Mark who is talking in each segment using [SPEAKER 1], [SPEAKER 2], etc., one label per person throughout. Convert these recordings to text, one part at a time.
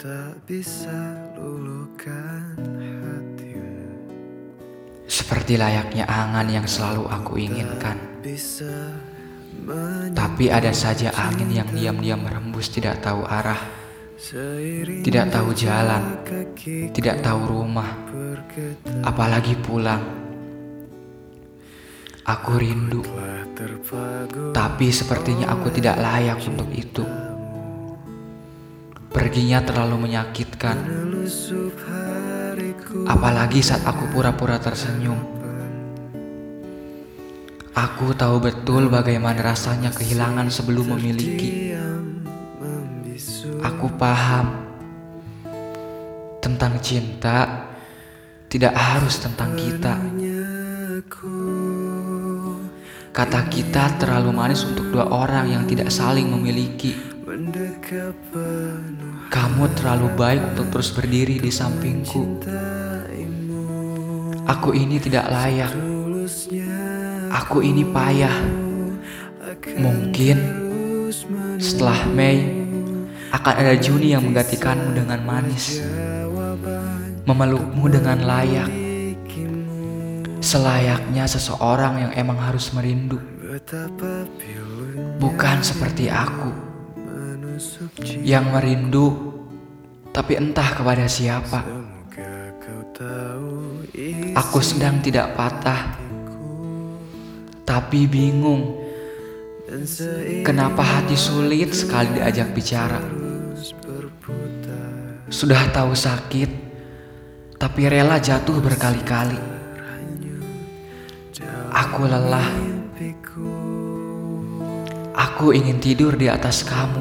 [SPEAKER 1] tak bisa luluhkan hatimu
[SPEAKER 2] Seperti layaknya angan yang selalu aku inginkan
[SPEAKER 1] Bisa menyebut
[SPEAKER 2] Tapi ada saja angin yang diam-diam merembus tidak tahu arah
[SPEAKER 1] seiring
[SPEAKER 2] Tidak tahu jalan,
[SPEAKER 1] kaki
[SPEAKER 2] tidak tahu rumah
[SPEAKER 1] bergetar
[SPEAKER 2] apalagi pulang. Aku rindu,
[SPEAKER 1] terpagu
[SPEAKER 2] tapi sepertinya aku tidak layak untuk itu. Perginya terlalu menyakitkan,
[SPEAKER 1] melusup hariku
[SPEAKER 2] apalagi saat aku pura-pura tersenyum. Aku tahu betul bagaimana rasanya kehilangan sebelum memiliki.
[SPEAKER 1] diam membisu
[SPEAKER 2] Aku paham tentang cinta, tidak harus tentang kita.
[SPEAKER 1] nyaku
[SPEAKER 2] Kata kita terlalu manis untuk dua orang yang tidak saling memiliki.
[SPEAKER 1] mendekap penuh
[SPEAKER 2] Kamu terlalu baik untuk terus berdiri di sampingku.
[SPEAKER 1] taimu
[SPEAKER 2] Aku ini tidak layak.
[SPEAKER 1] tulusnya
[SPEAKER 2] Aku ini payah. Mungkin
[SPEAKER 1] terus
[SPEAKER 2] setelah Mei akan ada Juni yang menggantikanmu dengan manis,
[SPEAKER 1] menjawaban
[SPEAKER 2] memelukmu dengan layak,
[SPEAKER 1] bikinmu
[SPEAKER 2] selayaknya seseorang yang emang harus merindu,
[SPEAKER 1] betapa pilunya
[SPEAKER 2] bukan seperti aku
[SPEAKER 1] menusuk cinta
[SPEAKER 2] yang merindu, tapi entah kepada siapa.
[SPEAKER 1] semoga kau tahu ini
[SPEAKER 2] Aku sedang tidak patah, tapi bingung.
[SPEAKER 1] dan seiring
[SPEAKER 2] Kenapa hati sulit sekali diajak bicara?
[SPEAKER 1] terus berputar
[SPEAKER 2] Sudah tahu sakit, tapi rela jatuh berkali-kali. Aku lelah,
[SPEAKER 1] mimpiku
[SPEAKER 2] aku ingin tidur di atas kamu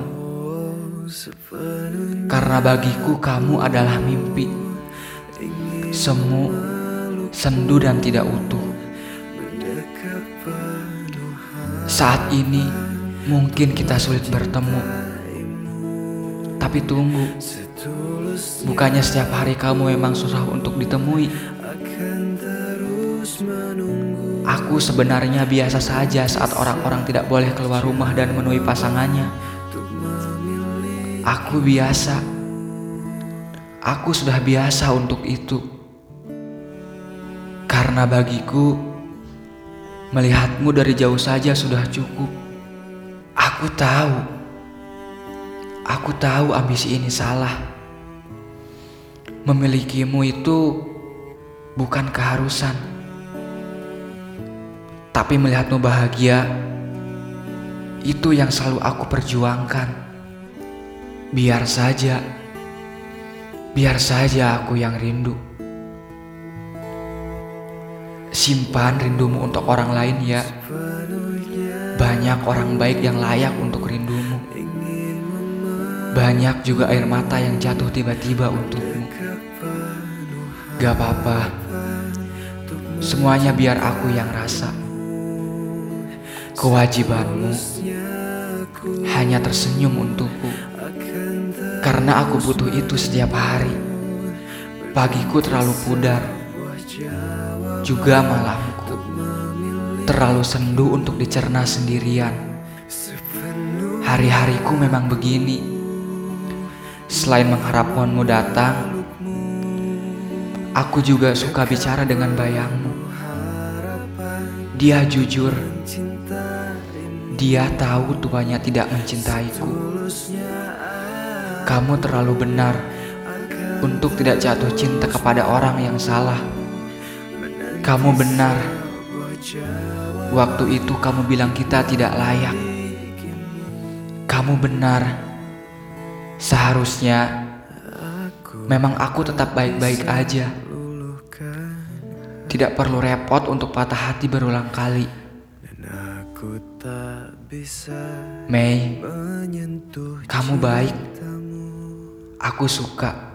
[SPEAKER 1] sepenuh
[SPEAKER 2] karena bagiku kamu adalah mimpi. Semu, sendu dan tidak utuh.
[SPEAKER 1] mendekap penuh
[SPEAKER 2] Saat ini mungkin kita sulit bertemu. Tapi tunggu,
[SPEAKER 1] setulus
[SPEAKER 2] bukannya setiap hari kamu memang susah untuk ditemui?
[SPEAKER 1] akan terus menunggu
[SPEAKER 2] Aku sebenarnya biasa saja saat orang-orang tidak boleh keluar rumah dan menemui pasangannya. Aku biasa. Aku sudah biasa untuk itu. Karena bagiku melihatmu dari jauh saja sudah cukup. Aku tahu. Aku tahu ambisi ini salah. Memilikimu itu bukan keharusan. Tapi melihatmu bahagia, itu yang selalu aku perjuangkan. Biar saja, biar saja aku yang rindu. Simpan rindumu untuk orang lain ya. Banyak orang baik yang layak untuk rindumu. Banyak juga air mata yang jatuh tiba-tiba untukmu. Gak apa-apa, semuanya biar aku yang rasa. Kewajibanmu hanya tersenyum untukku karena aku butuh itu setiap hari. Pagiku terlalu pudar, juga malamku terlalu sendu untuk dicerna sendirian. Hari-hariku memang begini. Selain mengharapkanmu datang, aku juga suka bicara dengan bayangmu. Dia jujur. Dia tahu tuanya tidak mencintaiku. Kamu terlalu benar untuk tidak jatuh cinta kepada orang yang salah. Kamu benar. Waktu itu kamu bilang kita tidak layak. Kamu benar. Seharusnya memang aku tetap baik-baik aja.
[SPEAKER 1] luluhkan
[SPEAKER 2] Tidak perlu repot untuk patah hati berulang kali.
[SPEAKER 1] dan aku tak bisa
[SPEAKER 2] Mei,
[SPEAKER 1] menyentuh
[SPEAKER 2] kamu baik.
[SPEAKER 1] cintamu
[SPEAKER 2] Aku suka.